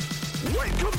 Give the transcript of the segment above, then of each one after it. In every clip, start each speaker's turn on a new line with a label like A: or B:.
A: Welcome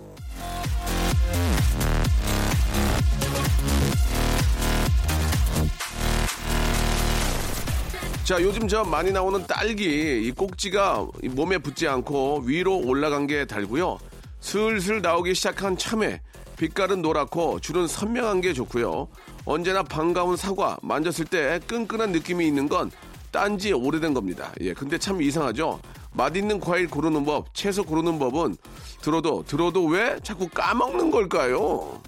A: 자, 요즘 저 많이 나오는 딸기, 이 꼭지가 이 몸에 붙지 않고 위로 올라간 게 달고요. 슬슬 나오기 시작한 참외, 빛깔은 노랗고 줄은 선명한 게 좋고요. 언제나 반가운 사과, 만졌을 때 끈끈한 느낌이 있는 건 딴지 오래된 겁니다. 예, 근데 참 이상하죠? 맛있는 과일 고르는 법, 채소 고르는 법은 들어도, 들어도 왜 자꾸 까먹는 걸까요?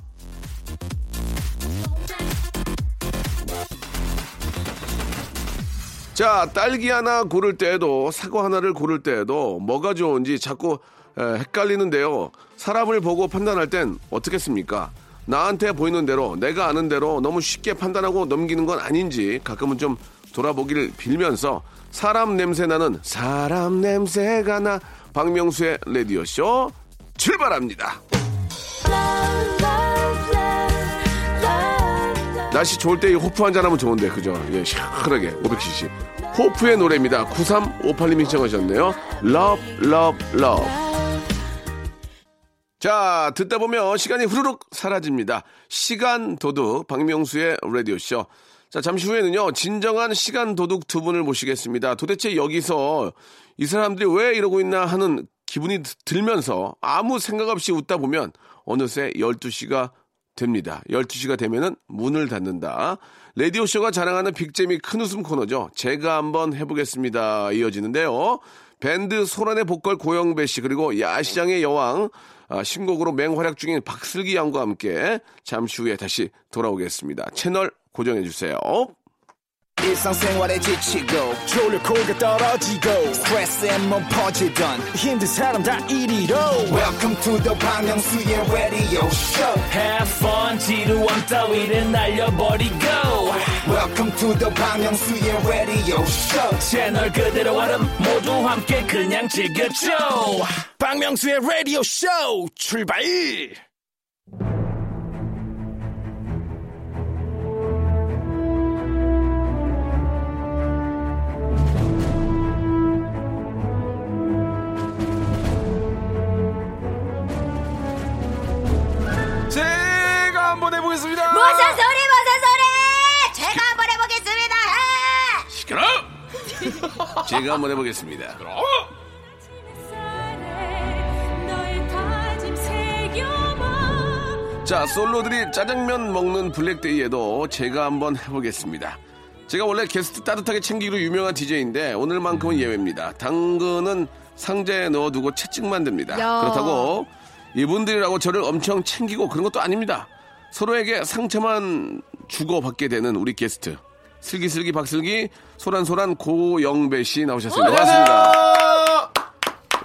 A: 자, 딸기 하나 고를 때에도 사과 하나를 고를 때에도 뭐가 좋은지 자꾸 에, 헷갈리는데요. 사람을 보고 판단할 땐 어떻겠습니까? 나한테 보이는 대로 내가 아는 대로 너무 쉽게 판단하고 넘기는 건 아닌지 가끔은 좀 돌아보기를 빌면서 사람 냄새 나는 사람 냄새가 나 박명수의 라디오 쇼 출발합니다. 날씨 좋을 때 이 호프 한잔 하면 좋은데 그죠? 예, 시원하게 500cc. 호프의 노래입니다. 9358님이 신청하셨네요. Love, Love, Love. 자, 듣다 보면 시간이 후루룩 사라집니다. 시간 도둑 박명수의 라디오 쇼. 자, 잠시 후에는요. 진정한 시간 도둑 두 분을 모시겠습니다. 도대체 여기서 이 사람들이 왜 이러고 있나 하는 기분이 드- 들면서 아무 생각 없이 웃다 보면 어느새 12시가 됩니다. 12시가 되면은 문을 닫는다. 라디오 쇼가 자랑하는 빅잼이 큰 웃음 코너죠. 제가 한번 해 보겠습니다. 이어지는데요. 밴드 소란의 보컬 고영배 씨 그리고 야시장의 여왕 아, 신곡으로 맹활약 중인 박슬기 양과 함께 잠시 후에 다시 돌아오겠습니다. 채널 고정해 주세요.
B: 일상생활에 지치고, 졸려 코가 떨어지고, 스트레스에 몸 퍼지던, 힘든 사람 다
C: E
B: 이리로. welcome to the Bang Myung-soo's radio show
D: Have fun 지루함 따위를 날려버리고
B: welcome to the Bang Myung-soo's radio show
D: 채널 그대로 얼음 모두 함께 그냥 즐겨줘
C: 박명수의 라디오 쇼 출발!
A: 제가 한번 해보겠습니다.
E: 무슨 소리 무슨 소리 제가 한번 해보겠습니다
A: 시끄러!
E: 예!
A: 제가 한번 해보겠습니다. 자, 솔로들이 짜장면 먹는 블랙데이에도 제가 한번 해보겠습니다. 제가 원래 게스트 따뜻하게 챙기기로 유명한 DJ인데 오늘만큼은 예외입니다. 당근은 상자에 넣어두고 채찍만 됩니다.
E: 야.
A: 그렇다고 이분들이라고 저를 엄청 챙기고 그런 것도 아닙니다. 서로에게 상처만 주고받게 되는 우리 게스트. 슬기슬기 박슬기 소란소란 고영배 씨 나오셨습니다. 반갑습니다.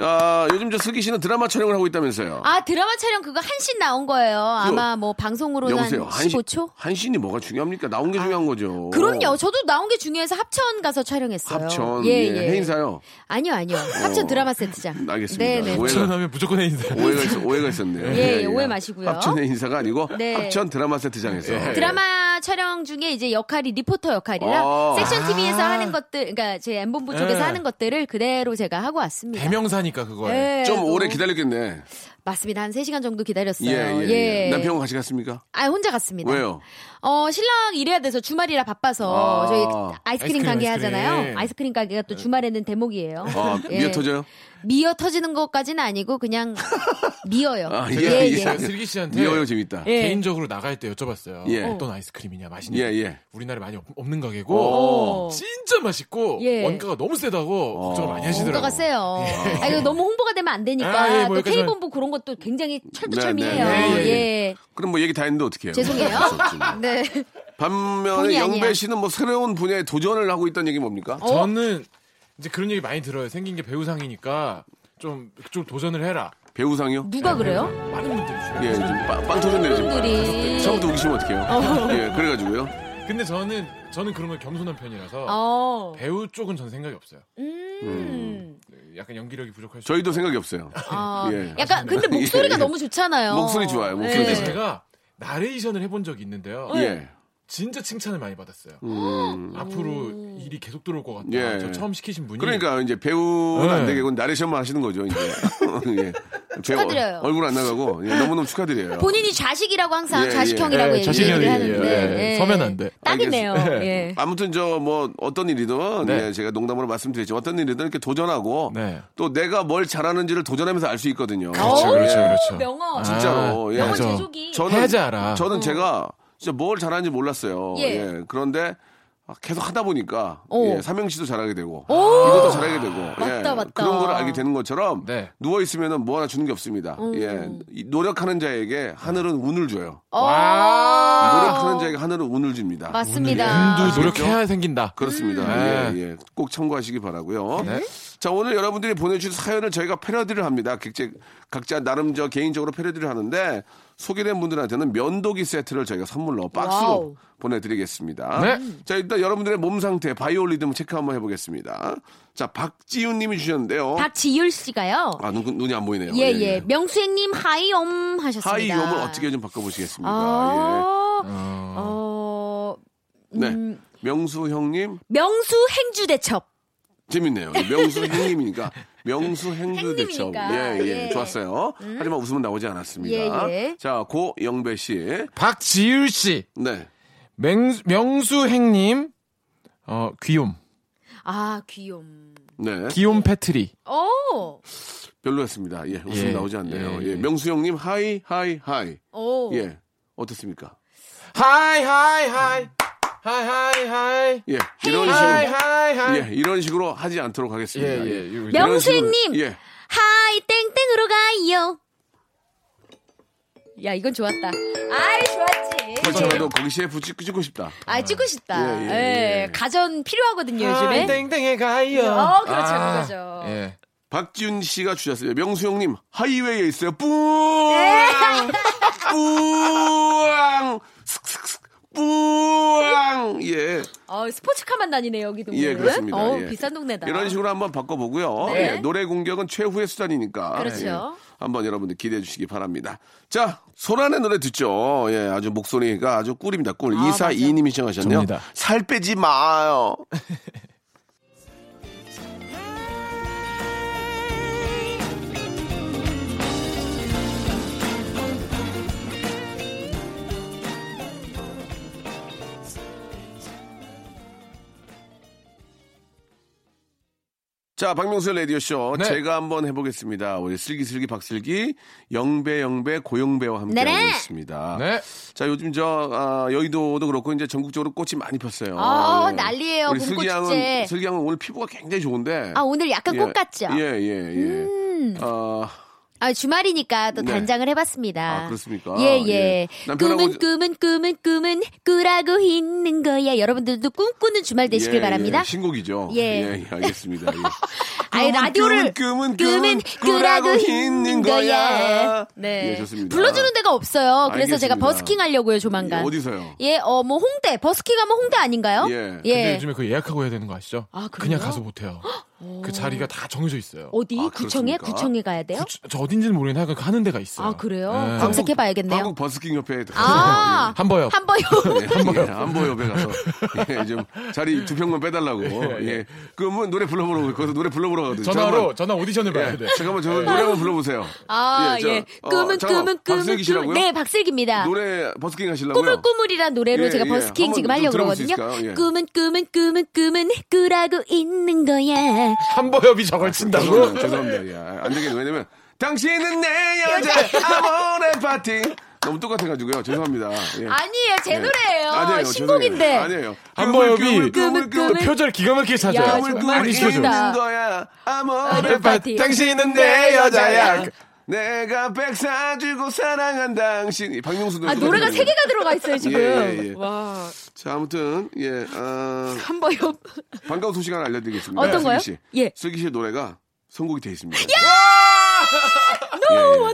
A: 아, 요즘 저 슬기 씨는 드라마 촬영을 하고 있다면서요.
E: 아 드라마 촬영 그거 한신 나온 거예요 아마 뭐 방송으로는 한
A: 여보세요. 한신-
E: 15초 아,
A: 한신이 뭐가 중요합니까? 나온 게 중요한 거죠.
E: 그럼요 저도 나온 게 중요해서 합천 가서 촬영했어요
A: 합천 예, 해인사요. 어.
E: 아니요 아니요 합천 드라마 세트장
A: 알겠습니다.
E: 네네
A: 오해가,
F: 전화하면 무조건 해인사.
A: 오해가, 있, 오해가 있었네요.
E: 예, 예, 오해 마시고요.
A: 합천 해인사가 아니고
E: 네. 예.
A: 합천 드라마 세트장에서.
E: 드라마 촬영 중에 이제 역할이 리포터 역할이라
A: 아. 네.
E: 섹션 TV에서 하는 것들 그러니까 제 엠본부 쪽에서
F: 예.
E: 하는 것들을 그대로 제가 하고 왔습니다
F: 대명사니까 그거예요.
E: 예,
A: 좀
E: 너무-
A: 오래 기다렸겠네.
E: 맞습니다 한 3시간 정도 기다렸어요
A: 예, 예, 예. 남편과 같이 갔습니까?
E: 아 혼자 갔습니다.
A: 왜요?
E: 어 신랑 일해야 돼서 주말이라 바빠서
A: 아. 예.
E: 저희 아이스크림
F: 아이스크림,
E: 가게
F: 아이스크림. 예.
E: 하잖아요. 아이스크림 가게가 또 주말에는 대목이에요.
A: 아,
E: 예.
A: 미어 터져요?
E: 미어 터지는 것까지는 아니고 그냥 미어요.
A: 아,
E: 예,
A: 예,
E: 예.
A: 예.
F: 슬기 씨한테
A: 미어요, 재밌다.
E: 예.
F: 개인적으로 나갈 때 여쭤봤어요.
A: 예.
F: 어떤 아이스크림이냐 맛있냐.
A: 예, 예.
F: 우리나라에 많이 없- 없는
A: 오.
F: 가게고
E: 어.
F: 진짜 맛있고
E: 예.
F: 원가가 너무 세다고
A: 어.
F: 걱정을 많이 하시더라고요.
E: 뭔가가 세요. 아, 이거 너무 홍보가 되면 안 되니까
F: 아, 예,
E: 또
F: 뭐 약간
E: K본부 그런 것도 굉장히 철두철미해요.
A: 네,
F: 네, 네.
E: 예.
A: 그럼 뭐 얘기 다 했는데 어떻게 해요?
E: 죄송해요. 네.
A: 반면에
E: 본의
A: 영배
E: 아니야. 어.
A: 씨는 뭐 새로운 분야에 도전을 하고 있다는 얘기 뭡니까?
F: 저는 이제 그런 얘기 많이 들어요. 생긴 게 배우상이니까 좀, 좀 도전을 해라.
A: 배우상이요?
E: 누가 그래요?
F: 많은 분들이 주로.
A: 예, 지금 빵, 빵 터졌네요, 지금.
E: 분들이 어.
A: 처음부터 우기시면 어떡해요? 예, 그래가지고요.
F: 근데 저는 저는 그런 걸 겸손한 편이라서
E: 어.
F: 배우 쪽은 전 생각이 없어요. 네,
E: 음.
F: 약간 연기력이 부족할 수.
A: 저희도 생각이 없어요.
E: 아,
A: 예.
E: 약간 근데 목소리가
A: 예.
E: 너무 좋잖아요. 예.
A: 목소리 좋아요, 목소리
F: 근데
A: 네. 좋아요.
F: 제가 나레이션을 해본 적이 있는데요.
A: 예.
F: 진짜 칭찬을 많이 받았어요.
A: 음.
F: 앞으로 일이 계속 들어올 것 같다.
A: 예.
F: 저 처음 시키신 분이
A: 그러니까 이제 배우는
F: 네.
A: 안 되겠고 나레이션만 하시는 거죠. 이제. 예. 배우
E: 축하드려요.
A: 얼굴 안 나가고 예, 너무너무 축하드려요.
E: 본인이 좌식이라고 항상
A: 예,
E: 좌식형이라고
F: 예.
E: 얘기,
F: 좌식형이,
E: 얘기를
F: 예,
E: 하는데
F: 예, 예. 서면 안 돼.
E: 딱이네요.
F: 알겠습니다.
E: 예.
A: 아무튼 저 뭐 어떤 일이든
F: 네.
A: 예, 제가 농담으로 말씀드렸지만 어떤 일이든 이렇게 도전하고
F: 네.
A: 또 내가 뭘 잘하는지를 도전하면서 알 수 있거든요.
E: 오,
F: 그렇죠, 그렇죠.
E: 어, 명언.
A: 진짜로, 예.
E: 명언
A: 맞아.
E: 제조기.
F: 해야지 알아.
A: 저는 제가 진짜 뭘 잘하는지 몰랐어요.
E: 어. 예.
A: 예. 그런데 계속 하다 보니까
E: 오.
A: 예, 삼행시도 잘하게 되고
E: 오!
A: 이것도 잘하게 되고 예,
E: 맞다, 맞다.
A: 그런 걸 알게 되는 것처럼
F: 네.
A: 누워 있으면 뭐 하나 주는 게 없습니다.
E: 음.
A: 예, 이 노력하는 자에게 하늘은 운을 줘요.
E: 어.
A: 노력하는 자에게 하늘은 운을 줍니다.
E: 아. 맞습니다.
F: 운도 아, 노력해야 생긴다.
A: 그렇습니다.
F: 음.
A: 예, 예. 꼭 참고하시기 바라고요.
F: 네.
A: 자, 오늘 여러분들이 보내주신 사연을 저희가 패러디를 합니다. 각자, 각자 나름 저 개인적으로 패러디를 하는데 소개된 분들한테는 면도기 세트를 저희가 선물로 박스로
E: 와우.
A: 보내드리겠습니다.
F: 네.
A: 자, 일단 여러분들의 몸 상태, 바이오리듬 체크 한번 해보겠습니다. 자, 박지윤 님이 주셨는데요.
E: 박지율 씨가요.
A: 아, 눈, 눈이 안 보이네요.
E: 예, 예. 명수행님 하이엄 하셨습니다.
A: 하이 염을 어떻게 좀 바꿔보시겠습니까?
E: 아,
F: 어,
E: 어,
A: 예. 네.
E: 음.
A: 명수 형님,
E: 명수 행주대첩.
A: 재밌네요. 명수 형님이니까 명수 행주 대첩.
E: 행님이니까.
A: 예, 예,
E: 예.
A: 좋았어요. 하지만 웃음은 나오지 않았습니다.
E: 예, 예.
A: 자, 고영배 씨.
F: 박지율 씨,
A: 네.
F: 맹, 명수행님, 어, 귀욤,
E: 아, 귀염.
A: 네.
F: 귀욤 패트리.
E: 오,
A: 별로였습니다. 예, 웃음
F: 예,
A: 나오지 않네요.
F: 예,
A: 예,
F: 예.
A: 명수 형님 하이 하이 하이.
E: 오.
A: 예. 어떻습니까?
F: 하이 하이 하이, 하이 하이 하이,
A: 예. 이런
F: 하이
A: 식으로
F: 하이 하이.
A: 예, 이런 식으로 하지 않도록 하겠습니다.
F: 예, 예. 이거 이제-
A: 이런 식으로-
E: 명수님!
A: 예.
E: 하이 땡땡으로 가요. 야, 이건 좋았다. 아이, 좋았지.
F: 예.
A: 그렇더라도 거기 CF 찍- 찍고 싶다.
E: 아, 찍고 싶다.
A: 그렇죠. 예,
E: 예,
A: 예, 예.
E: 가전 필요하거든요, 요즘에.
F: 아, 땡땡에 가요.
E: 어, 그렇죠,
A: 아,
E: 그렇죠.
F: 예.
A: 박지훈 씨가 주셨어요. 명수 형님 하이웨이에 있어요. 뿌.
E: 예.
A: 뿌앙. 슥슥슥. 뿌앙. 예.
E: 어, 스포츠카만 다니네, 여기도.
A: 예,
E: 오늘은.
A: 그렇습니다.
E: 어우,
A: 예.
E: 비싼 동네다.
A: 이런 식으로 한번 바꿔보고요.
E: 네.
A: 예, 노래 공격은 최후의 수단이니까.
E: 그렇죠.
A: 예, 한번 여러분들 기대해 주시기 바랍니다. 자, 소란의 노래 듣죠. 예, 아주 목소리가 아주 꿀입니다. 꿀.
E: 아,
A: 이사 이님이 시청하셨네요.
F: 접니다.
A: 살 빼지 마요. 자, 박명수 라디오쇼.
F: 네.
A: 제가 한번 해보겠습니다. 우리 슬기슬기 박슬기, 영배, 영배, 고영배와 함께
E: 네네.
A: 하고 있습니다.
F: 네.
A: 자, 요즘 저, 아, 여의도도 그렇고, 이제 전국적으로 꽃이 많이 폈어요.
E: 아, 난리예요.
A: 우리
E: 봄꽃
A: 슬기 양은,
E: 축제.
A: 슬기 양은 오늘 피부가 굉장히 좋은데.
E: 아, 오늘 약간
A: 예,
E: 꽃 같죠? 음.
A: 예, 예, 예. 아,
E: 아, 주말이니까 또
A: 네.
E: 단장을 해봤습니다.
A: 아, 그렇습니까?
E: 예,
A: 예.
E: 예.
A: 남편하고
E: 꿈은,
A: 이제-
E: 꿈은, 꿈은, 꿈은, 꾸라고 있는 거야. 여러분들도 꿈꾸는 주말 네, 되시길
A: 예,
E: 바랍니다.
A: 예, 신곡이죠.
E: 예.
A: 예, 예, 알겠습니다. 예.
E: 아예 라디오를
A: 꿈은,
E: 꿈은 꾸라고 있는 거야.
A: 네. 예, 좋습니다.
E: 불러주는 데가 없어요. 그래서
A: 알겠습니다.
E: 제가 버스킹 하려고요, 조만간.
A: 예, 어디서요?
E: 예, 어, 뭐 홍대. 버스킹 하면 홍대 아닌가요?
A: 예.
F: 근데 요즘에 그 예약하고 해야 되는 거 아시죠?
E: 아, 그래요? 어.
F: 그냥 가서 못 해요. 그 자리가 다 정해져 있어요.
E: 어디?
A: 아,
E: 구청에?
A: 그렇습니까?
E: 구청에 가야 돼요?
F: 저, 저 어딘지는 모르겠는데 하여간 가는 데가 있어요.
E: 아, 그래요?
F: 예.
E: 검색- 검색해봐야겠네요.
A: 한국 버스킹 협회에 가서.
E: 아,
F: 한 번요.
E: 한 번요.
A: 예, 예, 한보여 옆에 가서 예, 좀 자리 두 평만 빼달라고. 예, 그러면 노래 불러보라고 거기서 노래 불러보라고 하거든요.
F: 전화로 전화 오디션을 봐야
A: 잠깐만,
F: 돼.
A: 예, 잠깐만 저 노래 한번 불러보세요.
E: 아,
A: 예,
E: 예.
A: 저, 어,
E: 꿈은,
A: 잠깐만,
E: 꿈은, 꿈은,
A: 박슬기 씨라고요?
E: 꿈은. 네, 박슬기입니다.
A: 노래 버스킹 하시려고요?
E: 꾸물꾸물이란 노래로
A: 예,
E: 제가
A: 예.
E: 버스킹
A: 한번
E: 지금
A: 좀
E: 하려고
A: 들어볼 수
E: 그러거든요.
A: 있을까요? 예.
E: 꿈은 꿈은 꿈은 꿈은 꾸라고 있는 거야.
A: 네.
F: 한보협이 저걸 친다고?
A: 죄송합니다. 죄송합니다. 예, 아, 안 되겠네. 왜냐면 당신은 내 여자 아모레 파티 너무 똑같아가지고요. 죄송합니다. 예.
E: 아니에요, 제
A: 예.
E: 노래요.
A: 아니에요,
E: 신곡인데.
A: 죄송해요. 아니에요. 네.
F: 한보협이
E: 꿈을, 꿈을.
F: 그 표절 기가 막히게
E: 야,
F: 찾아요.
E: 정말
F: 많이 시켜줘.
E: 웃긴다.
A: 있는 거야 아모레
E: 아모레
A: 파티
E: 파티.
A: 당신은 내 여자야 내가 백 사주고 사랑한 당신 이 박명수 노래
E: 아, 노래가 세 개가 들어가 있어요, 지금.
A: 예, 예, 예.
E: 와.
A: 자 아무튼 예 아,
E: 한 번요.
A: 반가운 소식 하나 알려드리겠습니다
E: 어떤 거요?
A: 슬기 씨
E: 예.
A: 슬기 씨의 노래가 선곡이 돼 있습니다
E: 노,
A: 예, 예.
E: 노,
G: 아,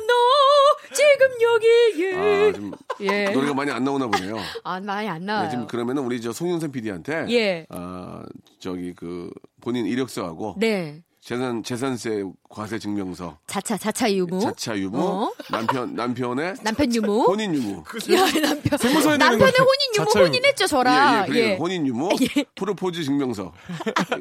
G: 지금 여기
A: 아,
G: 예.
A: 좀
G: 예.
A: 노래가 많이 안 나오나 보네요.
G: 아 많이 안
A: 네,
G: 나와요.
A: 지금 그러면은 우리 저 송윤선 PD한테
G: 예.
A: 아, 저기 그 본인 이력서하고
G: 네.
A: 재산 재산세 과세 증명서,
G: 자차 자차 유무.
A: 예, 자차 유무,
G: 어?
A: 남편 남편의
E: 어?
G: 남편 유무.
A: 혼인 유무.
G: 야, 남편.
F: 세무서에 내는
G: 남편의
F: 거죠.
G: 혼인 유무
F: 자차 유무.
G: 혼인했죠
E: 아,
A: 예,
G: 저랑.
A: 예, 그래요. 혼인 유무, 프로포즈 증명서,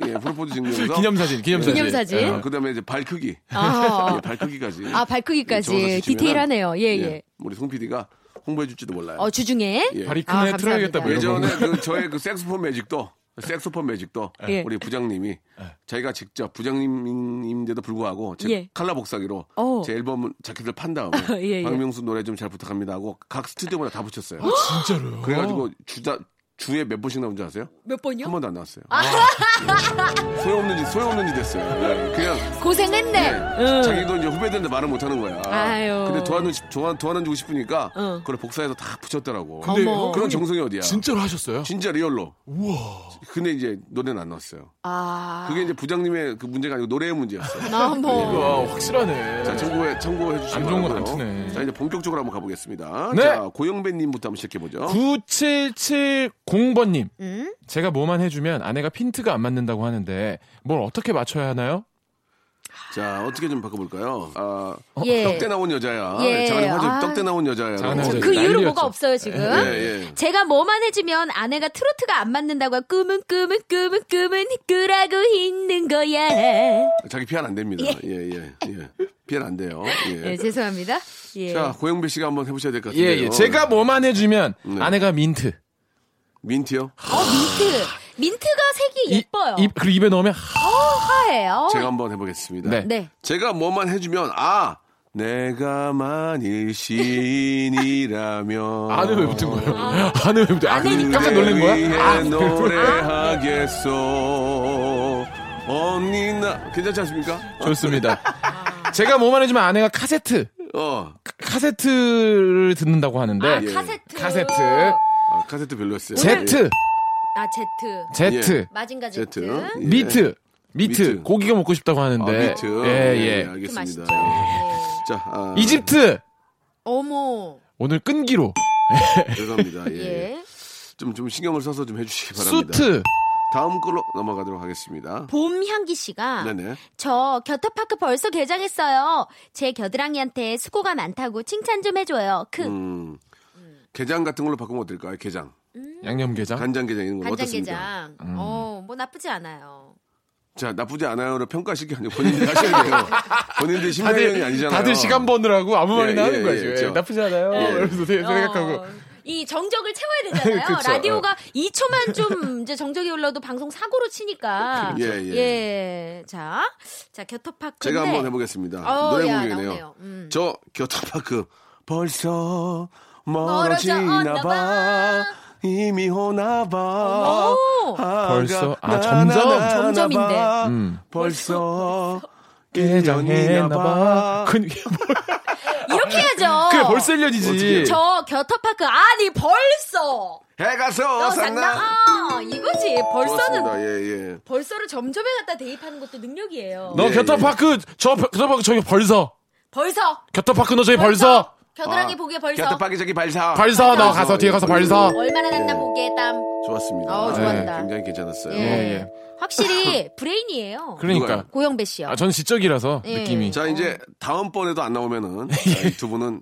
A: 예, 프로포즈 증명서,
F: 기념사진, 기념사진.
G: 기념사진.
F: 예.
A: 아, 그다음에 이제 발 크기,
G: 아,
A: 예, 발 크기까지,
G: 아, 발 크기까지. 디테일하네요. 예, 예.
A: 우리 송 PD가 홍보해줄지도 몰라요.
G: 어 주중에.
A: 예.
F: 발이
G: 아,
F: 큰애
G: 감사합니다.
F: 틀어야겠다. 뭐 이런 거.
A: 예전에 그 저의 그 색소폰 매직도 색소폰 매직도
G: 예.
A: 우리 부장님이 자기가 직접 부장님인데도 불구하고 제
G: 예.
A: 칼라 복사기로
G: 어.
A: 제 앨범 자켓을 판 다음에
G: 예, 예.
A: 박명수 노래 좀 잘 부탁합니다 하고 각 스튜디오마다 다 붙였어요.
F: 진짜로요.
A: 그래가지고 주자 주에 몇 번씩 나온 줄 아세요?
G: 몇 번이요?
A: 한 번도 안 나왔어요.
G: 아.
A: 예. 소용없는지 소용없는지 됐어요. 예. 그냥
G: 고생했네.
A: 예.
G: 응.
A: 자기도 이제 후배들한테 말을 못하는 거야.
G: 아유.
A: 근데 도와는 도와 도와주고 싶으니까
G: 어.
A: 그걸 복사해서 다 붙였더라고.
G: 근데 어머.
A: 그런 정성이 어디야?
F: 진짜로 하셨어요?
A: 진짜 리얼로. 근데 이제 노래는 안 나왔어요.
G: 아.
A: 그게 이제 부장님의 그 문제가 아니고 노래의 문제였어요.
G: 나 뭐.
F: 와, 확실하네.
A: 자, 참고해, 참고해 주시기
F: 안 좋은 건안
A: 바라고요.
F: 트네.
A: 자, 이제 본격적으로 한번 가보겠습니다.
F: 네.
A: 자, 고영배님부터 한번
G: 어?
A: 시작해보죠.
F: 9770번님. 제가 뭐만 해주면 아내가 핀트가 안 맞는다고 하는데 뭘 어떻게 맞춰야 하나요?
A: 자, 어떻게 좀 바꿔볼까요? 아,
G: 예.
A: 떡대 나온 여자야.
G: 예.
A: 장안의 화제,
G: 아.
A: 떡대 나온 여자야.
F: 장안의 화제.
G: 그 이유로
F: 난리였죠.
G: 뭐가 없어요 지금.
A: 예, 예.
G: 제가 뭐만 해주면 아내가 트로트가 안 맞는다고 끄문끄문 끄문끄문 끄라고 있는 거야.
A: 자기 피할 안 됩니다. 예, 예, 예. 피할 안 돼요. 예.
G: 예, 죄송합니다. 예.
A: 자, 고영배 씨가 한번 해보셔야 될 것
F: 예,
A: 같은데요.
F: 예. 제가 뭐만 해주면 아내가 민트.
A: 민트요?
G: 어 민트. 민트가 색이 예뻐요.
F: 입, 그리고 입에 넣으면
G: 어 화해요.
A: 제가 한번 해보겠습니다.
F: 네.
G: 네.
A: 제가 뭐만 해주면 아 내가 만일 시인이라면
F: 아내 왜 붙은 거예요? 아내 왜 붙은 거예요?
G: 아내니까.
F: 깜짝 놀란
A: 위해
F: 거야? 아,
A: 노래하겠소 언니 나 괜찮지 않습니까?
F: 좋습니다. 제가 뭐만 해주면 아내가 카세트,
A: 어
F: 카세트를 듣는다고 하는데
G: 아,
A: 예.
G: 카세트.
F: 카세트,
A: 아, 카세트 별로였어요.
F: 제트,
G: 아 제트.
F: 제트,
A: 예.
G: 마징가
A: 예.
G: 제트.
A: 제트 예.
F: 미트, 미트,
A: 미트.
F: 고기가 먹고 싶다고
A: 아,
F: 하는데
A: 미트
F: 예,
A: 예,
F: 예.
G: 제트 맛있죠.
A: 알겠습니다. 예.
G: 예.
A: 자 아,
F: 이집트
G: 어머.
F: 오늘 끈기로
A: 죄송합니다. 예.
G: 예.
A: 좀 좀 신경을 써서 좀 해주시기 바랍니다.
F: 수트
A: 다음 걸로 넘어가도록 하겠습니다.
G: 봄 향기 씨가
A: 네네.
E: 저 겨터파크 벌써 개장했어요. 제 겨드랑이한테 수고가 많다고 칭찬 좀 해줘요. 크.
A: 음 게장 같은 걸로 바꾸면 어떨까요? 게장
F: 양념게장
A: 간장 게장 이런 거 어떻습니까? 음.
G: 간장게장. 어, 뭐 나쁘지 않아요.
A: 자, 나쁘지 않아요로 평가시기 아니고 본인들이 하셔야 돼요. 본인들이 심사위원이 아니잖아요.
F: 다들 시간 버느라고 아무 말이나
A: 예,
F: 하는
A: 예,
F: 거지
A: 예,
F: 예,
A: 그렇죠.
F: 나쁘지 않아요
A: 예.
F: 이러면서 세- 생각하고
G: 어, 이 정적을 채워야 되잖아요.
F: 그쵸. 어.
G: 라디오가 2초만 좀 이제 정적이 올라도 방송 사고로 치니까.
F: 그렇죠.
A: 예, 예.
G: 예. 자, 자 겨터파크.
A: 제가 한번 해보겠습니다.
G: 어,
A: 노래
G: 야,
A: 공격이네요.
G: 나오네요. 음.
A: 저 겨터파크 벌써
G: 멀어져
A: 멀어지나
G: 있나
A: 봐.
G: 봐.
A: 이미 오나
F: 아,
A: 봐.
G: 어머.
A: 아가
F: 벌써? 아,
A: 나나나나
F: 점점?
A: 봐.
G: 점점인데.
F: 음.
A: 벌써
F: 게장했나
A: 1년이나 봐.
F: 봐 그,
G: 이렇게 해야죠.
E: 어.
F: 그게 벌써 1년이지
G: 저 겨터파크 아니 벌써.
A: 해가
G: 너
A: 서
G: 장난.
A: 어, 상나.
G: 아, 이거지. 어, 벌써는
A: 좋았습니다. 예, 예.
G: 벌써를 점점에 갖다 대입하는 것도 능력이에요.
F: 너
A: 예,
F: 겨터파크 저 겨터파크 저기 벌써
G: 벌써.
F: 겨터파크 너 저기 벌써
G: 겨드랑이 보기에 벌써.
A: 아. 겨터파크 저기 발사.
F: 벌써 너 가서
A: 벌써,
F: 뒤에
A: 예.
F: 가서 벌써
G: 얼마나 났나 보기에 땀.
A: 좋았습니다.
G: 어우, 좋았다.
A: 예, 굉장히 괜찮았어요.
G: 예.
E: 네.
F: 예.
G: 확실히 브레인이에요.
F: 그러니까
A: 누가요?
G: 고영배 씨요.
F: 아, 저는 지적이라서
G: 예.
F: 느낌이
A: 자 이제 다음 번에도 안 나오면은 자, 이두 분은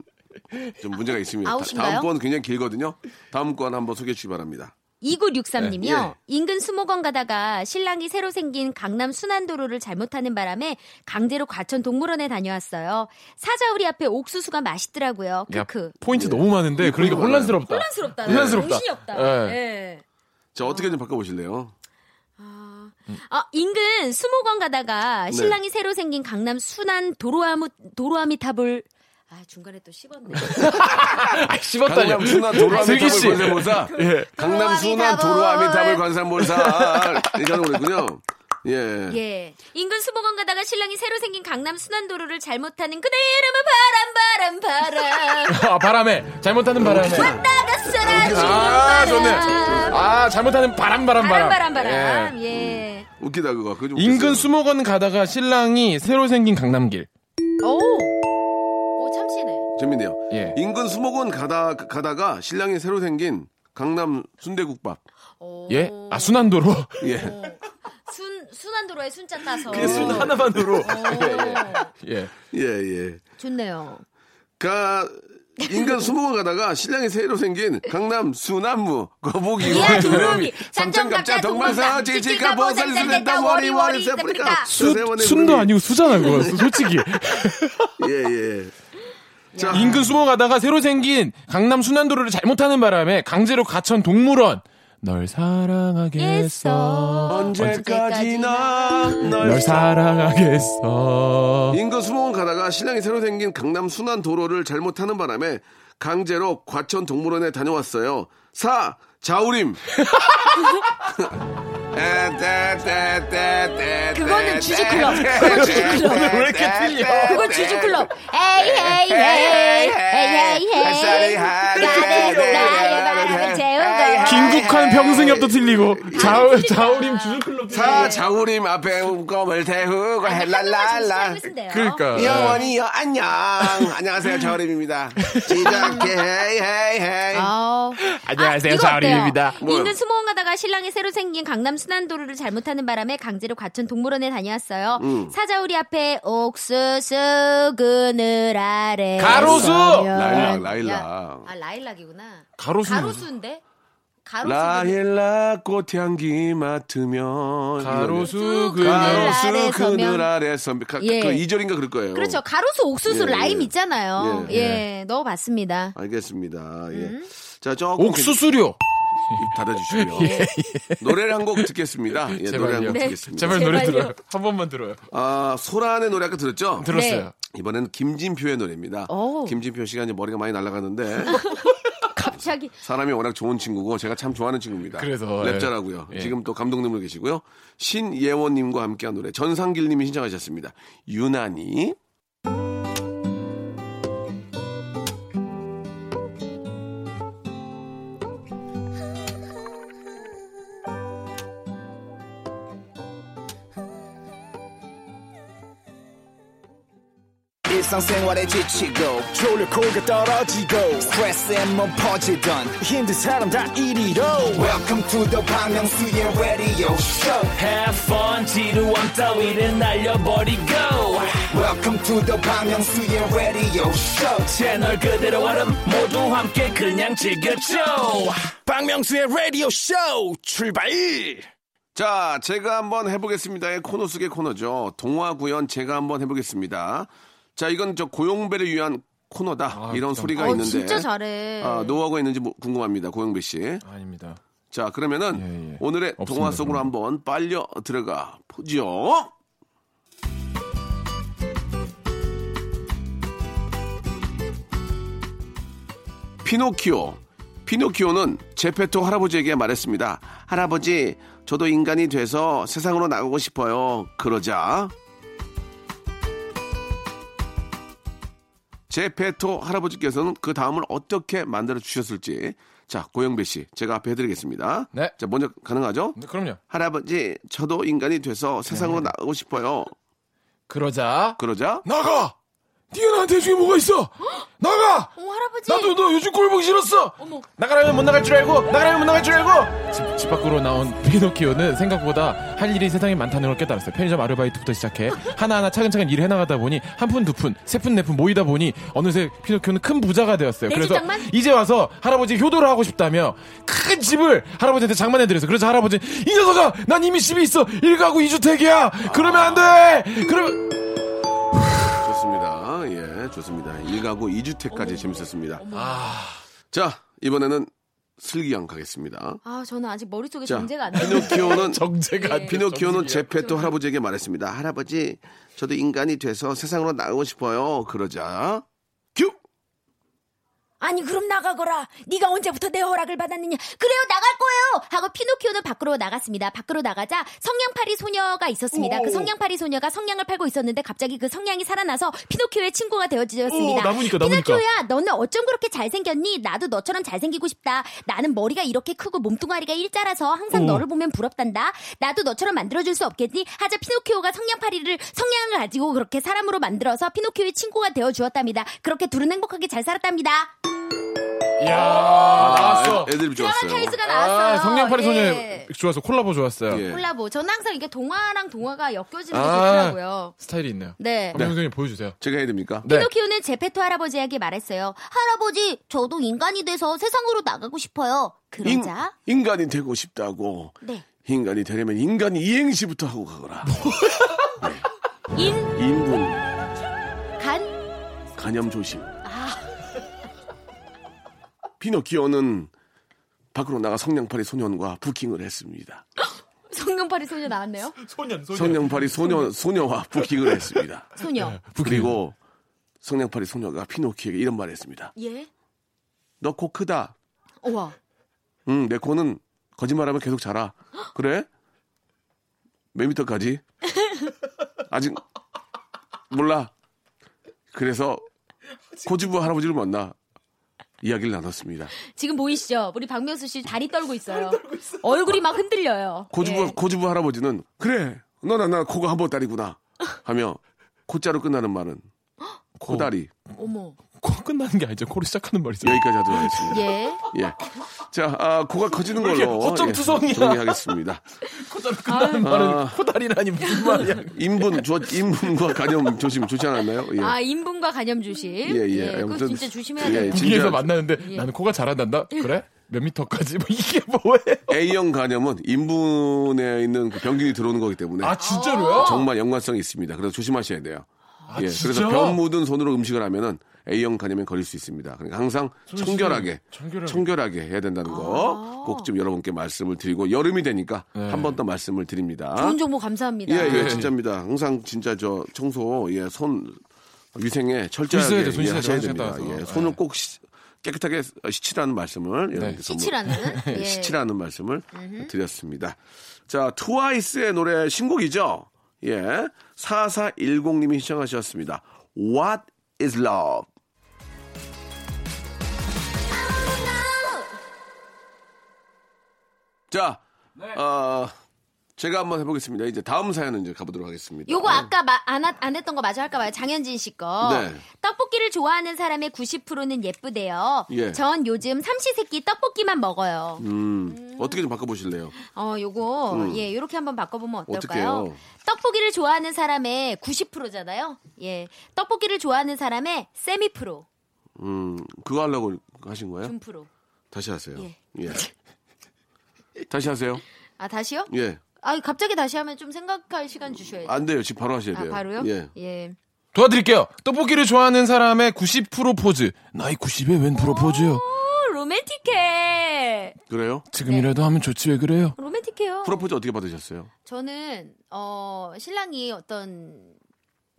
A: 좀 문제가 있습니다. 다-
G: 아웃인가요?
A: 다음 건 굉장히 길거든요. 다음 건 한번 소개해 주시기 바랍니다.
E: 2963님이요.
F: 네,
A: 예.
E: 인근 수목원 가다가 신랑이 새로 생긴 강남 순환도로를 잘못하는 바람에 강제로 과천 동물원에 다녀왔어요. 사자우리 앞에 옥수수가 맛있더라고요.
F: 야,
E: 크크.
A: 예.
F: 포인트 너무 많은데 그러니까
A: 포인트
F: 혼란스럽다.
G: 혼란스럽다.
F: 혼란스럽다.
G: 정신이 없다.
F: 예.
G: 예.
A: 자 어떻게 좀 바꿔보실래요?
E: 아, 인근 수목원 가다가
F: 네.
E: 신랑이 새로 생긴 강남 순환 도로아무 도로아미 탑을
G: 아 중간에 또 씹었네.
F: 아, 씹었다니.
A: 강남 순환 도로
F: 슬기
A: 아미타불
F: 씨.
A: 관세본사.
F: 예.
A: 강남 순환 도로 아미타불 관세본사. 이런 거랬군요. 예.
E: 예. 인근 수목원 가다가 신랑이 새로 생긴 강남 순환도로를 잘못하는 그대 이름은 바람 바람 바람
F: 아, 바람에 잘못하는 바람에.
E: 나가 사라지는
F: 아,
E: 바람
F: 좋네. 아, 잘못하는 바람 바람 바람.
E: 바람 바람
F: 예.
E: 바람 예.
A: 웃기다 그거. 그거 좀
F: 인근
A: 웃겼어요.
F: 수목원 가다가 신랑이 새로 생긴 강남길.
G: 오. 오 참신해.
A: 재밌네요.
F: 예.
A: 인근 수목원 가다, 가다가 신랑이 새로 생긴 강남 순대국밥.
F: 예? 아 순환도로.
A: 예.
E: 순 순한 도로에 순자 따서.
A: 그냥 순
F: 하나만으로.
E: 오,
F: 예.
A: 예, 예.
E: 좋네요.
A: 가, 인근 수목원 가다가 신랑이 새로 생긴 강남 수남무 거북이.
E: 이야 두루미
A: 삼천갑자
E: 삼천갑자
A: 동방사
E: 동방사
A: 지지가
E: 지지가
A: 보살
E: 보살된다
A: 수된다 워리워리
E: 워리워리
A: 세프리카
E: 세프리카.
F: 수, 순도 아니고 수잖아 그거 솔직히.
A: 예예. 자
F: 인근 숨어가다가 새로 생긴 강남 순환도로를 잘못하는 바람에 강제로 가천 동물원 널 사랑하겠어
A: 언제까지나 널
F: 널
A: 사.
F: 사랑하겠어
A: 인근 수목원 가다가 신랑이 새로 생긴 강남 순환 도로를 잘못하는 바람에 강제로 과천 동물원에 다녀왔어요. 사 자우림.
E: 그거는 주주클럽.
A: 그건 주주클럽.
F: 왜 이렇게 틀려?
E: 그거 주주클럽. 에이 에이 에이 에이 에이 에이. 나를 나의 바람을 재우고.
F: 긴국한 평승엽도 틀리고 자우, 자우림 주주클럽
A: 사 자우림 앞에 꿈을 태우고 헬랄랄라.
F: 그러니까
A: 영원히요 안녕 안녕하세요 자우림입니다 시작해 헤이 헤이 헤이
E: 아우.
F: 안녕하세요
E: 이거
F: 자우림입니다
E: 어때요?
A: 뭐요?
E: 인근 수목원 가다가 신랑이 새로 생긴 강남 순환도로를 잘못하는 바람에 강제로 과천 동물원에 다녀왔어요.
F: 음.
E: 사자우리 앞에 옥수수 그늘 아래
F: 가로수!
A: 라일락 라일락
E: 아 라일락이구나.
F: 가로수
E: 가로수인데? 가로수.
A: 라일락 꽃향기 맡으면
F: 가로수
A: 이거죠.
F: 그늘
A: 가로수
E: 아래 서면.
A: 그늘 아래 서면 가-
E: 예.
A: 그 2절인가 그럴 거예요
E: 그렇죠. 가로수 옥수수
A: 예,
E: 라임
A: 예.
E: 있잖아요.
A: 예,
E: 예, 넣어봤습니다.
A: 알겠습니다
E: 음.
A: 예자 조금
F: 옥수수료
A: 입 닫아주시고요
F: 예,
A: 노래를 한 곡 듣겠습니다 예, 노래 한 곡
E: 네.
A: 듣겠습니다
F: 제발 노래
E: 제발요.
F: 들어요 한 번만 들어요
A: 아 소란의 노래 아까 들었죠
E: 네.
F: 들었어요
A: 이번에는 김진표의 노래입니다
E: 오.
A: 김진표 씨가 이제 머리가 많이 날아갔는데
E: 갑자기
A: 사람이 워낙 좋은 친구고 제가 참 좋아하는 친구입니다.
F: 그래서,
A: 랩자라고요.
F: 예.
A: 지금 또 감독님으로 계시고요. 신예원님과 함께한 노래 전상길님이 신청하셨습니다. 유난히
B: 일상생활에 지치고,
C: 졸려 코가 떨어지고
B: 스트레스에 몸 퍼지던,
C: 힘든 사람 다 이리로
B: welcome to the Bang Myung-soo's radio show
D: Have fun 지루함 따위를 날려버리고
B: welcome to the Bang Myung-soo's radio show
D: 채널 그대로 얼음 모두 함께 그냥 즐겨줘
C: 박명수의 라디오 쇼 출발
A: 자 제가 한번 해보겠습니다의 코너 속의 코너죠. 동화 구연 제가 한번 해보겠습니다. 자 이건 저 고용배를 위한
F: 아,
A: 코너다 이런 소리가
E: 어,
A: 있는데
E: 진짜 잘해.
A: 아, 노하우가 있는지 모- 궁금합니다. 고용배 씨.
F: 아닙니다
A: 자 그러면은
F: 예, 예.
A: 오늘의
F: 없습니다,
A: 동화 속으로
F: 그럼.
A: 한번 빨려 들어가 보죠. 피노키오. 피노키오는 제페토 할아버지에게 말했습니다. 할아버지, 저도 인간이 돼서 세상으로 나가고 싶어요. 그러자 제페토 할아버지께서는 그 다음을 어떻게 만들어 주셨을지 자 고영배 씨 제가 앞에 해드리겠습니다.
F: 네.
A: 자 먼저 가능하죠?
F: 네, 그럼요
A: 할아버지 저도 인간이 돼서 세상으로
F: 네.
A: 나가고 싶어요.
F: 그러자
A: 그러자
F: 나가 니가 나한테 해준 게 뭐가 있어 나가
E: 어, 할아버지.
F: 나도 너 요즘 꼴 보기 싫었어. 나가라면 못 나갈 줄 알고 나가라면 못 나갈 줄 알고. 집, 집 밖으로 나온 피노키오는 생각보다 할 일이 세상에 많다는 걸 깨달았어요. 편의점 아르바이트부터 시작해 하나하나 차근차근 일을 해나가다 보니 한 푼 두 푼, 세 푼 네 푼 모이다 보니 어느새 피노키오는 큰 부자가 되었어요.
E: 내
F: 그래서
E: 주장만?
F: 이제 와서 할아버지 효도를 하고 싶다며 큰 집을 할아버지한테 장만해드렸어요. 그래서 할아버지 이 녀석아, 난 이미 집이 있어. 일가구 이주택이야. 그러면 안 돼. 그러면
A: 좋습니다. 예 좋습니다. 일가구 2주택까지 재밌었습니다.
F: 아.
A: 자 이번에는 슬기양 가겠습니다.
E: 아, 저는 아직 머릿속에
A: 자
E: 존재가 안 돼요.
A: 피노키오는
F: 정제가 안 돼.
A: 피노키오는 제페토 할아버지에게 말했습니다. 할아버지, 저도 인간이 돼서 세상으로 나가고 싶어요. 그러자 큐.
G: 아니 그럼 나가거라. 네가 언제부터 내 허락을 받았느냐. 그래요 나갈 거예요.
E: 하고 피노키오는 밖으로 나갔습니다. 밖으로 나가자 성냥팔이 소녀가 있었습니다. 그 성냥팔이 소녀가 성냥을 팔고 있었는데 갑자기 그 성냥이 살아나서 피노키오의 친구가 되어지었습니다.
F: 오, 나무니까, 나무니까.
E: 피노키오야, 너는 어쩜 그렇게 잘생겼니? 나도 너처럼 잘생기고 싶다. 나는 머리가 이렇게 크고 몸뚱아리가 일자라서 항상
F: 오.
E: 너를 보면 부럽단다. 나도 너처럼 만들어줄 수 없겠니? 하자 피노키오가 성냥팔이를 성냥을 가지고 그렇게 사람으로 만들어서 피노키오의 친구가 되어 주었답니다. 그렇게 둘은 행복하게 잘 살았답니다.
F: 이야 아, 나왔어.
A: 아, 애- 애드립
E: 드라마
A: 좋았어요.
E: 타이즈가 나왔어요.
F: 아, 성냥팔이 소녀
E: 예.
F: 좋았어. 콜라보 좋았어요.
A: 예.
E: 콜라보. 저는 항상 이게 동화랑 동화가 엮여지는 게
F: 아.
E: 좋더라고요.
F: 스타일이 있네요.
E: 네.
F: 박명수 형님 보여주세요.
A: 제가 해야 됩니까?
F: 네.
E: 피노키오는 제페토 할아버지에게 말했어요. 할아버지, 저도 인간이 돼서 세상으로 나가고 싶어요.
A: 인,
E: 그러자
A: 인간이 되고 싶다고.
E: 네.
A: 인간이 되려면 인간 이행시부터 하고 가거라.
E: 뭐?
A: 네.
E: 인,
A: 인분,
E: 간,
A: 간염 조심.
E: 아.
A: 피노키오는 밖으로 나가 성냥팔이 소년과 부킹을 했습니다.
E: 성룡팔이 소녀 나왔네요.
F: 소년
A: 성냥팔이 소녀, 소녀와 부킹을 했습니다.
E: 소녀.
A: 그리고 성냥팔이 소녀가 피노키에게 이런 말을 했습니다.
E: 예.
A: 너 코 크다.
E: 우와.
A: 응, 내 코는 거짓말하면 계속 자라. 그래? 몇 미터까지? 아직 몰라. 그래서 고주부 할아버지를 만나 이야기를 나눴습니다.
E: 지금 보이시죠? 우리 박명수 씨 다리 떨고 있어요. 얼굴이 막 흔들려요.
A: 고주부
E: 예.
A: 고주부 할아버지는 그래 너나 나 코가 한 보따리구나 하며 코자로 끝나는 말은 코다리
E: 어머.
F: 코 끝나는 게 아니죠. 코로 시작하는 말이죠.
A: 여기까지 하도록 하겠습니다.
E: 예.
A: 예. 자, 아, 코가 커지는
F: 이렇게
A: 걸로
F: 허점
A: 예,
F: 투성이야.
A: 정리하겠습니다.
F: 코자로 끝나는 말은 코다리라니 무슨 말이야.
A: 인분 조, 인분과 간염 조심 좋지 않았나요? 예.
E: 아, 인분과 간염 조심.
A: 예, 예.
E: 그거
A: 아무튼-
E: 진짜 조심해야
A: 예,
E: 돼요.
A: 진짜-
F: 기에서 만나는데
E: 예.
F: 나는 코가 잘한단다. 그래? 몇 미터까지? 뭐 이게 뭐예요?
A: A형 간염은 인분에 있는 그 병균이 들어오는 거기 때문에
F: 아 진짜로요?
A: 정말 연관성이 있습니다. 그래서 조심하셔야 돼요.
F: 아,
A: 예, 그래서
F: 진짜?
A: 변 묻은 손으로 음식을 하면은 A형 간염에 걸릴 수 있습니다. 그러니까 항상
F: 솔직히
A: 청결하게,
F: 청결하게.
A: 청결하게 해야 된다는 거
E: 아.
A: 꼭 좀 여러분께 말씀을 드리고 여름이 되니까
F: 네.
A: 한 번 더 말씀을 드립니다.
E: 좋은 정보 감사합니다.
A: 예, 예, 진짜입니다. 항상 진짜 저 청소, 예, 손 위생에 철저하게
F: 씻어야 돼, 손
A: 예,
F: 씻어야 돼,
A: 하셔야
F: 화장실
A: 됩니다.
F: 갔다 와서.
A: 예, 손을
F: 네.
A: 꼭 씻- 깨끗하게 씻으라는 말씀을 여러분께 선물-
E: 시치라는. 예.
A: 시치라는 말씀을 드렸습니다. 자, 트와이스의 노래 신곡이죠. 예. 4410님이 신청하셨습니다. What is love? 자, 어, 제가 한번 해보겠습니다. 이제 다음 사연은 이제 가보도록 하겠습니다.
E: 요거 아까 마- 안, 하- 안 했던 거 마저 할까 봐요. 장현진 씨 거.
A: 네.
E: 떡볶이를 좋아하는 사람의 90%는 예쁘대요.
A: 예.
E: 전 요즘 삼시세끼 떡볶이만 먹어요.
A: 음, 어떻게 좀 바꿔보실래요?
E: 어, 요거 예, 요렇게 한번 바꿔 보면 어떨까요?
A: 어떡해요?
E: 떡볶이를 좋아하는 사람의 90%잖아요. 예. 떡볶이를 좋아하는 사람의 세미 프로,
A: 음, 그거 하려고 하신 거예요?
E: 준 프로.
A: 다시 하세요.
E: 예.
A: 예. 다시 하세요.
E: 아, 다시요?
A: 예.
E: 아, 갑자기 다시 하면 좀 생각할 시간 주셔야죠.
A: 안 돼요. 지금 바로 하셔야
E: 아,
A: 돼요.
E: 바로요?
A: 예.
E: 예.
F: 도와드릴게요. 떡볶이를 좋아하는 사람의 90% 포즈. 나이 90에 웬 프로포즈요?
E: 오, 로맨틱해.
A: 그래요?
E: 네.
F: 지금이라도 하면 좋지 왜 그래요?
E: 로맨틱해요.
A: 프로포즈 어떻게 받으셨어요?
E: 저는 어 신랑이 어떤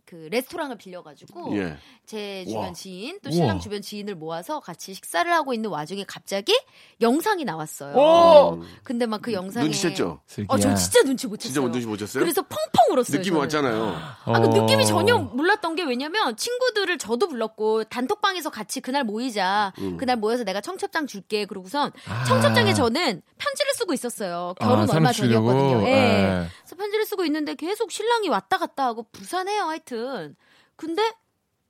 E: 그 레스토랑을 빌려가지고
A: 예.
E: 제
A: 우와.
E: 주변 지인 또 신랑
F: 우와.
E: 주변 지인을 모아서 같이 식사를 하고 있는 와중에 갑자기 영상이 나왔어요. 근데 막 그 영상에
A: 눈치챘죠?
E: 어, 저 진짜 눈치 못
A: 진짜
E: 챘어요.
A: 눈치 못 챘어요?
E: 그래서 펑펑 울었어요.
A: 느낌이
E: 저는.
A: 왔잖아요. 어.
E: 아, 그 느낌이 전혀 몰랐던 게 왜냐면 친구들을 저도 불렀고 단톡방에서 같이 그날 모이자.
A: 음.
E: 그날 모여서 내가 청첩장 줄게. 그러고선 청첩장에 저는 편지를 쓰고 있어요. 결혼
F: 아. 사람
E: 얼마
F: 주려고?
E: 전이었거든요. 예.
F: 예.
E: 그래서 편지를 쓰고 있는데 계속 신랑이 왔다 갔다 하고 부산해요. 하여튼. 근데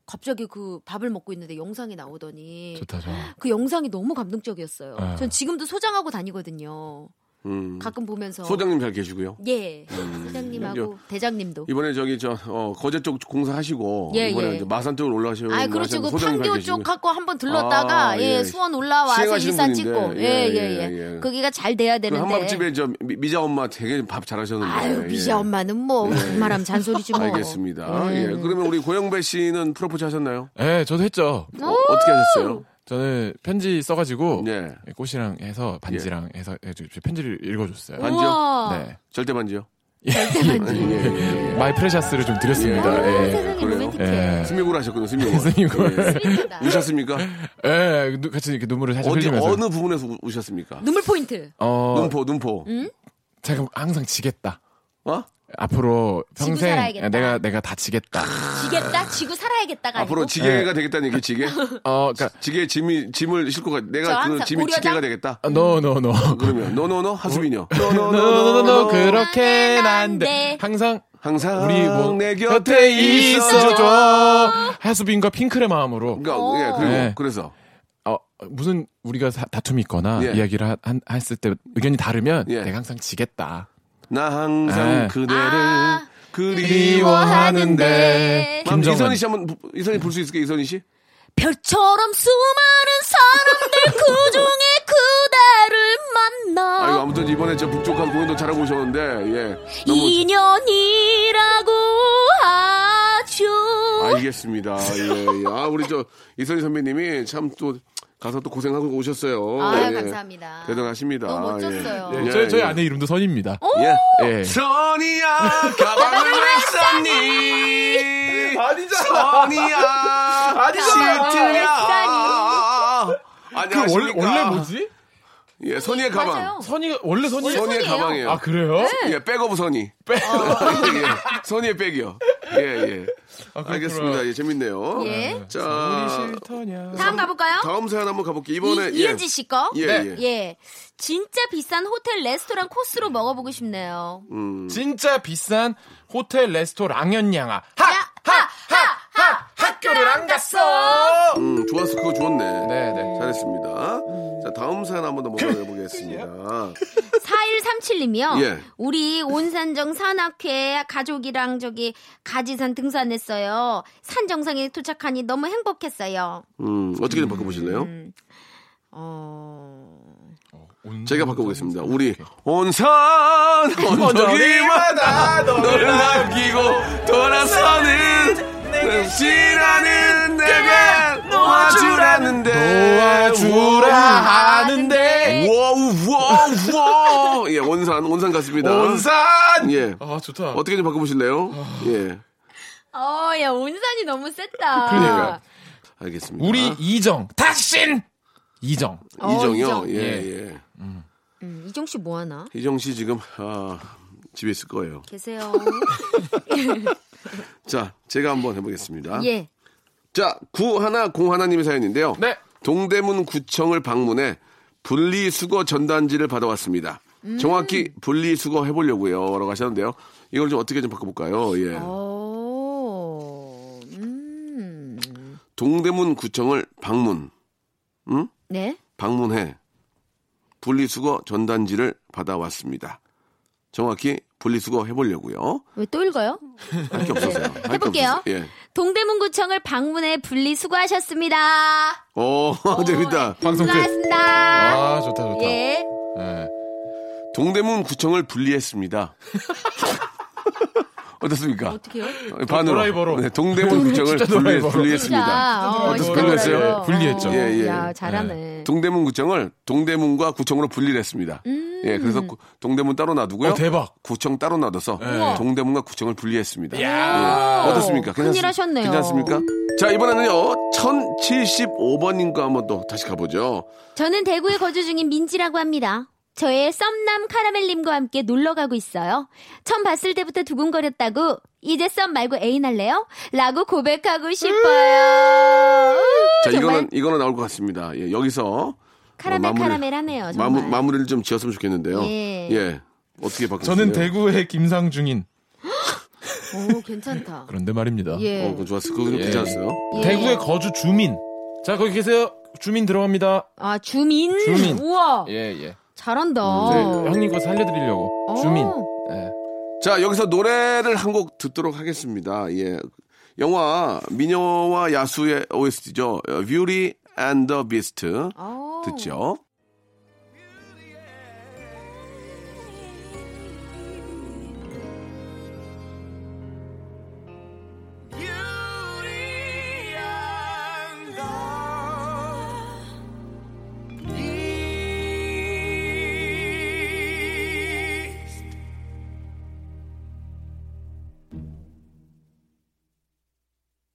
E: 갑자기 그 밥을 먹고 있는데 영상이 나오더니
F: 좋다 좋아.
E: 그 영상이 너무 감동적이었어요.
F: 아.
E: 전 지금도 소장하고 다니거든요.
A: 음.
E: 가끔 보면서
A: 소장님 잘 계시고요.
E: 예 소장님하고 대장님도
A: 이번에 저기 저 어, 거제 쪽 공사하시고
E: 예,
A: 이번에
E: 예.
A: 이제 마산 쪽으로 올라가시고
E: 아, 그렇죠. 그
A: 어, 소장님 잘
E: 판교
A: 계시고요.
E: 쪽 갖고 한번 들렀다가
A: 아,
E: 예,
A: 예.
E: 수원 올라와서
A: 시행하시는
E: 일산
A: 분인데.
E: 찍고
A: 예,
E: 예예예
A: 예, 예.
E: 거기가 잘 돼야
A: 그
E: 되는데
A: 한밥집에 저 미- 미자 엄마 되게 밥 잘하셨는데.
E: 아유 미자
A: 예.
E: 엄마는 음. 뭐 말하면 잔소리지 뭐
A: 알겠습니다. 예. 그러면 우리 고영배 씨는 프로포즈 하셨나요?
F: 예, 저도 했죠.
E: 네.
A: 어, 어떻게 하셨어요?
F: 저는 편지 써가지고
A: 예.
F: 꽃이랑 해서 반지랑 해서 해가지고 편지를 읽어줬어요.
A: 반지요?
E: 우와.
F: 네.
A: 절대 반지요? 예,
E: 절대반지.
A: 예, 예.
F: 마이 프레샤스를 좀 드렸습니다.
E: 아,
F: 예.
E: 세상에
A: 그래요?
E: 로맨틱해.
F: 예.
A: 스미골 하셨군요, 스미골.
F: 스미골.
A: 예.
E: 스윗하다.
A: 우셨습니까?
F: 예, 누- 같이 이렇게 눈물을 살짝
A: 어디,
F: 흘리면서.
A: 어느 부분에서 우- 우셨습니까?
E: 눈물 포인트.
F: 어,
A: 눈포, 눈포.
F: 제가 항상 지겠다.
E: 아, 뭐?
A: 어?
F: 앞으로
E: 지고
F: 평생
E: 살아야겠다.
F: 내가 내가 다 지겠다.
E: 지겠다, 지고 살아야겠다가
A: 앞으로
E: 아니고.
F: 네.
A: 지게가 되겠다는 얘기, 지게?
F: 어, 그러니까
A: 지게 짐이, 짐을 싣고 가,
E: 저
A: 내가 그
E: 항상
A: 짐이
E: 고려장?
A: 지게가 되겠다?
F: 아, 노노 노.
A: 그러면, 노노노, 하수빈이요.
F: 노노노
A: 노노노노노,
F: 그렇게
E: 안
F: 난데
E: 돼.
F: 항상
A: 항상
F: 우리 뭐
A: 내 곁에 있어줘.
F: 하수빈과 핑클의 마음으로
A: 그러니까, 예, 그리고,
F: 네.
A: 그래서.
F: 어, 무슨 우리가 사- 다툼이 있거나
A: 예.
F: 이야기를 하- 한- 했을 때 의견이 다르면
A: 예.
F: 내가 항상 지겠다.
A: 나 항상
F: 예.
A: 그대를
E: 아, 뭐
F: 그리워하는데.
A: 맘,
F: 김정은.
A: 이선희 씨 한번 부- 이선희 볼 수 있을까 이선희 씨?
E: 별처럼 수많은 사람들 그 중에 그대를 만나.
A: 아유 아무튼 이번에 저 북쪽한 공연도 잘하고 오셨는데 예 너무
E: 인연이라고 하죠.
A: 알겠습니다. 예, 예. 아 우리 저 이선희 선배님이 참 또 가서 또 고생하고 오셨어요.
E: 아유,
A: 예.
E: 감사합니다.
A: 대단하십니다.
E: 너무 멋졌어요.
A: 예.
E: 네,
A: 예,
F: 저희, 저희
A: 예.
F: 아내 이름도 선입니다.
E: 어?
A: 예.
F: 예.
A: 선이야 가방을 왜 쌌니?
C: 아니잖아.
A: 선이야
C: 아니잖아.
E: 왜
A: 실트야.
F: 그 원래,
A: 아, 안녕하십니까?
F: 원래 뭐지?
A: 예, 선이의 가방.
E: 맞아요.
F: 선이 원래 선이
E: 원래
A: 선이의
E: 어. 선이에요. 네. 어.
A: 가방이에요.
F: 아 그래요?
A: 예, 백오브 선이. 예, 선이의 백이요. 예, 예.
F: 아, 그렇구나.
A: 알겠습니다. 예, 재밌네요.
E: 예.
F: 아.
A: 자,
F: 싫더냐.
E: 다음 가볼까요?
A: 다음 사연 한번 가볼게요. 이번에.
E: 이, 은지씨 거.
A: 예, 예.
E: 예. 진짜 비싼 호텔 레스토랑 코스로 먹어보고 싶네요.
F: 음. 진짜 비싼 호텔 레스토랑연양아.
E: 하하하하 학교를 안 갔어.
A: 음, 좋았어. 그거 좋았네.
F: 네네.
A: 잘했습니다. 자, 다음 사연 한번 더 먹어보겠습니다.
E: 4137님이요.
A: 예.
E: 우리 온산정 산악회 가족이랑 저기 가지산 등산했어요. 산 정상에 도착하니 너무 행복했어요.
A: 음, 어떻게든 바꿔보실래요?
E: 어.
A: 제가 바꿔보겠습니다. 우리 온산 언덕이마다 너를 남기고 돌아서는 내 시라는 내가 놓아주라는데
F: 도와주라 하는데.
A: 워우워우워 예 온산 온산 같습니다.
F: 온산.
A: 예
F: 아 좋다.
A: 어떻게 좀 바꿔보실래요? 예
E: 어, 야, 온산이 너무 셌다.
F: 그러니까요.
A: 알겠습니다. 어,
F: 우리 이정 당신 이정.
E: 어,
A: 이정요
E: 이정.
A: 예예
F: 예.
E: 음, 이정 씨 뭐 하나?
A: 이정 씨 지금 아, 집에 있을 거예요.
E: 계세요.
A: 자 제가 한번 해보겠습니다.
E: 예.
A: 자, 구하나 공하나님의 사연인데요.
F: 네.
A: 동대문 구청을 방문해 분리수거 전단지를 받아왔습니다.
E: 음.
A: 정확히 분리수거 해보려고요. 라고 하셨는데요. 이걸 좀 어떻게 좀 바꿔볼까요? 예.
E: 오. 음.
A: 동대문 구청을 방문,
E: 네.
A: 방문해 분리수거 전단지를 받아왔습니다. 정확히 분리수거 해보려고요.
E: 왜 또 읽어요?
A: 할 게 없어서요. 할게
E: 해볼게요.
A: 없어서. 예.
E: 동대문구청을 방문해 분리 수고하셨습니다.
A: 오,
F: 어.
A: 재밌다.
F: 방송
E: 네.
F: 끝.
E: 수고하셨습니다.
F: 아 좋다 좋다.
E: 예.
F: 예.
A: 동대문 구청을 분리했습니다. 어떻습니까?
E: 어떻게요?
A: 반으로.
F: 드라이버로.
A: 네, 동대문 구청을
F: 진짜
A: 분리,
F: 드라이버로.
A: 분리했습니다.
E: 진짜. 어,
F: 어떻게
E: 진짜
A: 분리했어요?
E: 그래요.
F: 예, 분리했죠.
E: 어,
A: 예, 예.
E: 야, 잘하네.
A: 동대문 구청을 동대문과 구청으로 분리를 했습니다.
E: 음.
A: 예, 그래서 구- 동대문 따로 놔두고요.
F: 어, 대박. 예.
A: 구청 따로 놔둬서
F: 우와.
A: 동대문과 구청을 분리했습니다.
E: 오,
A: 예. 어떻습니까? 괜찮-
E: 큰일 하셨네요.
A: 괜찮습니까? 자, 이번에는요. 1075번님과 한번 또 다시 가보죠.
E: 저는 대구에 거주 중인 민지라고 합니다. 저의 썸남 카라멜님과 함께 놀러 가고 있어요. 처음 봤을 때부터 두근거렸다고 이제 썸 말고 애인 할래요? 라고 고백하고 싶어요.
A: 음. 자,
E: 정말
A: 이거는, 이거는 나올 것 같습니다. 예, 여기서.
E: 카라멜
A: 마무리-
E: 카라멜하네요. 정말.
A: 마무, 마무리를 좀 지었으면 좋겠는데요.
E: 예.
A: 어떻게 바꾸세요?
F: 저는 대구의 김상중인.
E: 오, 괜찮다.
F: 그런데 말입니다.
E: 예.
A: 어, 그거 좋았어. 그거 좀 괜찮았어요.
F: 대구의 거주 주민. 자 거기 계세요. 주민 들어갑니다.
E: 아 주민.
F: 주민.
E: 우와
F: 예 예.
E: 잘한다.
A: 네.
F: 형님 거 살려드리려고
E: 어.
F: 주민. 예.
A: 자, 여기서 노래를 한 곡 듣도록 하겠습니다. 예. 영화 미녀와 야수의 OST죠. 어, 뷰리 앤 더 비스트
E: 어.
A: 듣죠.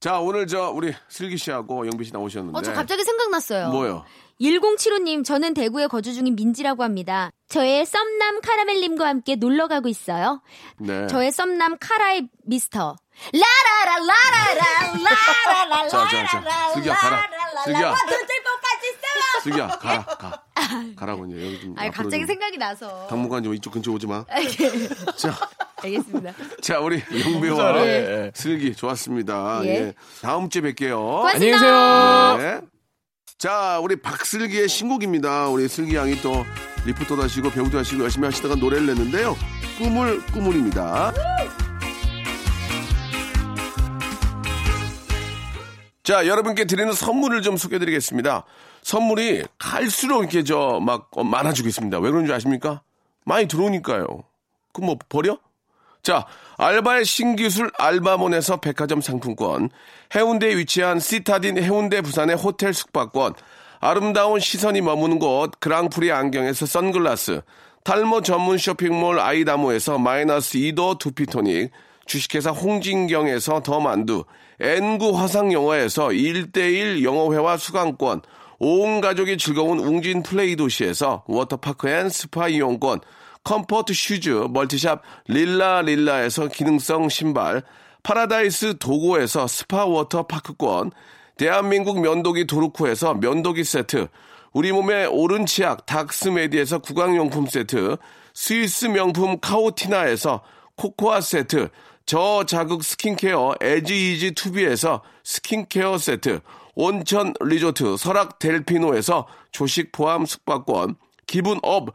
A: 자, 오늘 저 우리 슬기 씨하고 영빈 씨 나오셨는데.
E: 어, 저 갑자기 생각났어요.
A: 네. 뭐요?
E: 1075님, 저는 대구에 거주 중인 민지라고 합니다. 저의 썸남 카라멜님과 함께 놀러 가고 있어요.
A: 네.
E: 저의 썸남 카라의 미스터. 라라라, 라라라, 라라라,
A: 자, 자, 자. 슬기야, 가라. 슬기야.
E: 까지 있어요!
A: 슬기야, 가, 가. 가라고 이제 여기 좀.
E: 아니,
A: 앞으로
E: 갑자기
A: 좀
E: 생각이 나서.
A: 당분간 좀 이쪽 근처 오지 마. 자,
E: 알겠습니다.
A: 자 우리
F: 네.
A: 영배와 슬기 좋았습니다.
E: 예.
A: 예. 다음 주에 뵐게요.
E: 고맙습니다.
F: 안녕히 계세요.
A: 네. 자, 우리 박슬기의 신곡입니다. 우리 슬기 양이 또 리포터도 하시고 배우도 하시고 열심히 하시다가 노래를 냈는데요. 꿈을 꾸물입니다. 자, 여러분께 드리는 선물을 좀 소개해 드리겠습니다. 선물이 갈수록 이렇게 저 막 어, 많아지고 있습니다. 왜 그런지 아십니까? 많이 들어오니까요. 그럼 뭐 버려? 자, 알바의 신기술 알바몬에서 백화점 상품권, 해운대에 위치한 시타딘 해운대 부산의 호텔 숙박권, 아름다운 시선이 머무는 곳 그랑프리 안경에서 선글라스, 탈모 전문 쇼핑몰 아이다모에서 마이너스 2도 두피토닉, 주식회사 홍진경에서 더만두, N구 화상영어에서 1대1 영어회화 수강권, 온 가족이 즐거운 웅진 플레이 도시에서 워터파크 앤 스파 이용권, 컴포트 슈즈 멀티샵 릴라 릴라에서 기능성 신발, 파라다이스 도고에서 스파 워터 파크권, 대한민국 면도기 도루코에서 면도기 세트, 우리 몸의 오른 치약 닥스메디에서 구강용품 세트, 스위스 명품 카오티나에서 코코아 세트, 저자극 스킨케어 에지이지 투비에서 스킨케어 세트, 온천 리조트 설악 델피노에서 조식 포함 숙박권, 기분 업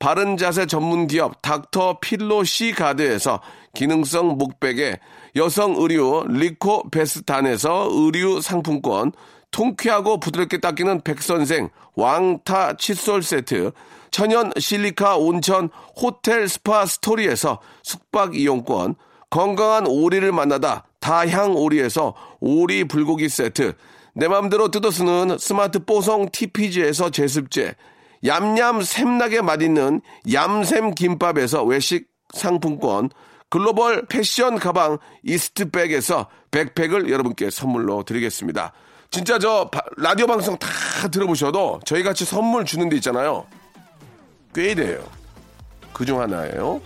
A: 바른 자세 전문 기업 닥터 필로 시 가드에서 기능성 목베개, 여성 의류 리코 베스탄에서 의류 상품권, 통쾌하고 부드럽게 닦이는 백선생 왕타 칫솔 세트, 천연 실리카 온천 호텔 스파 스토리에서 숙박 이용권, 건강한 오리를 만나다 다향 오리에서 오리 불고기 세트, 내 맘대로 뜯어 쓰는 스마트 뽀송 TPG에서 제습제, 얌얌 샘나게 맛있는 얌샘 김밥에서 외식 상품권, 글로벌 패션 가방 이스트백에서 백팩을 여러분께 선물로 드리겠습니다. 진짜 저 바- 라디오 방송 다 들어보셔도 저희 같이 선물 주는 데 있잖아요. 꽤 돼요. 그 중 하나예요.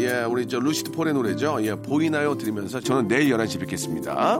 A: 예, 우리 저 루시드 폴의 노래죠. 예, 보이나요? 들으면서 저는 내일 11시 뵙겠습니다.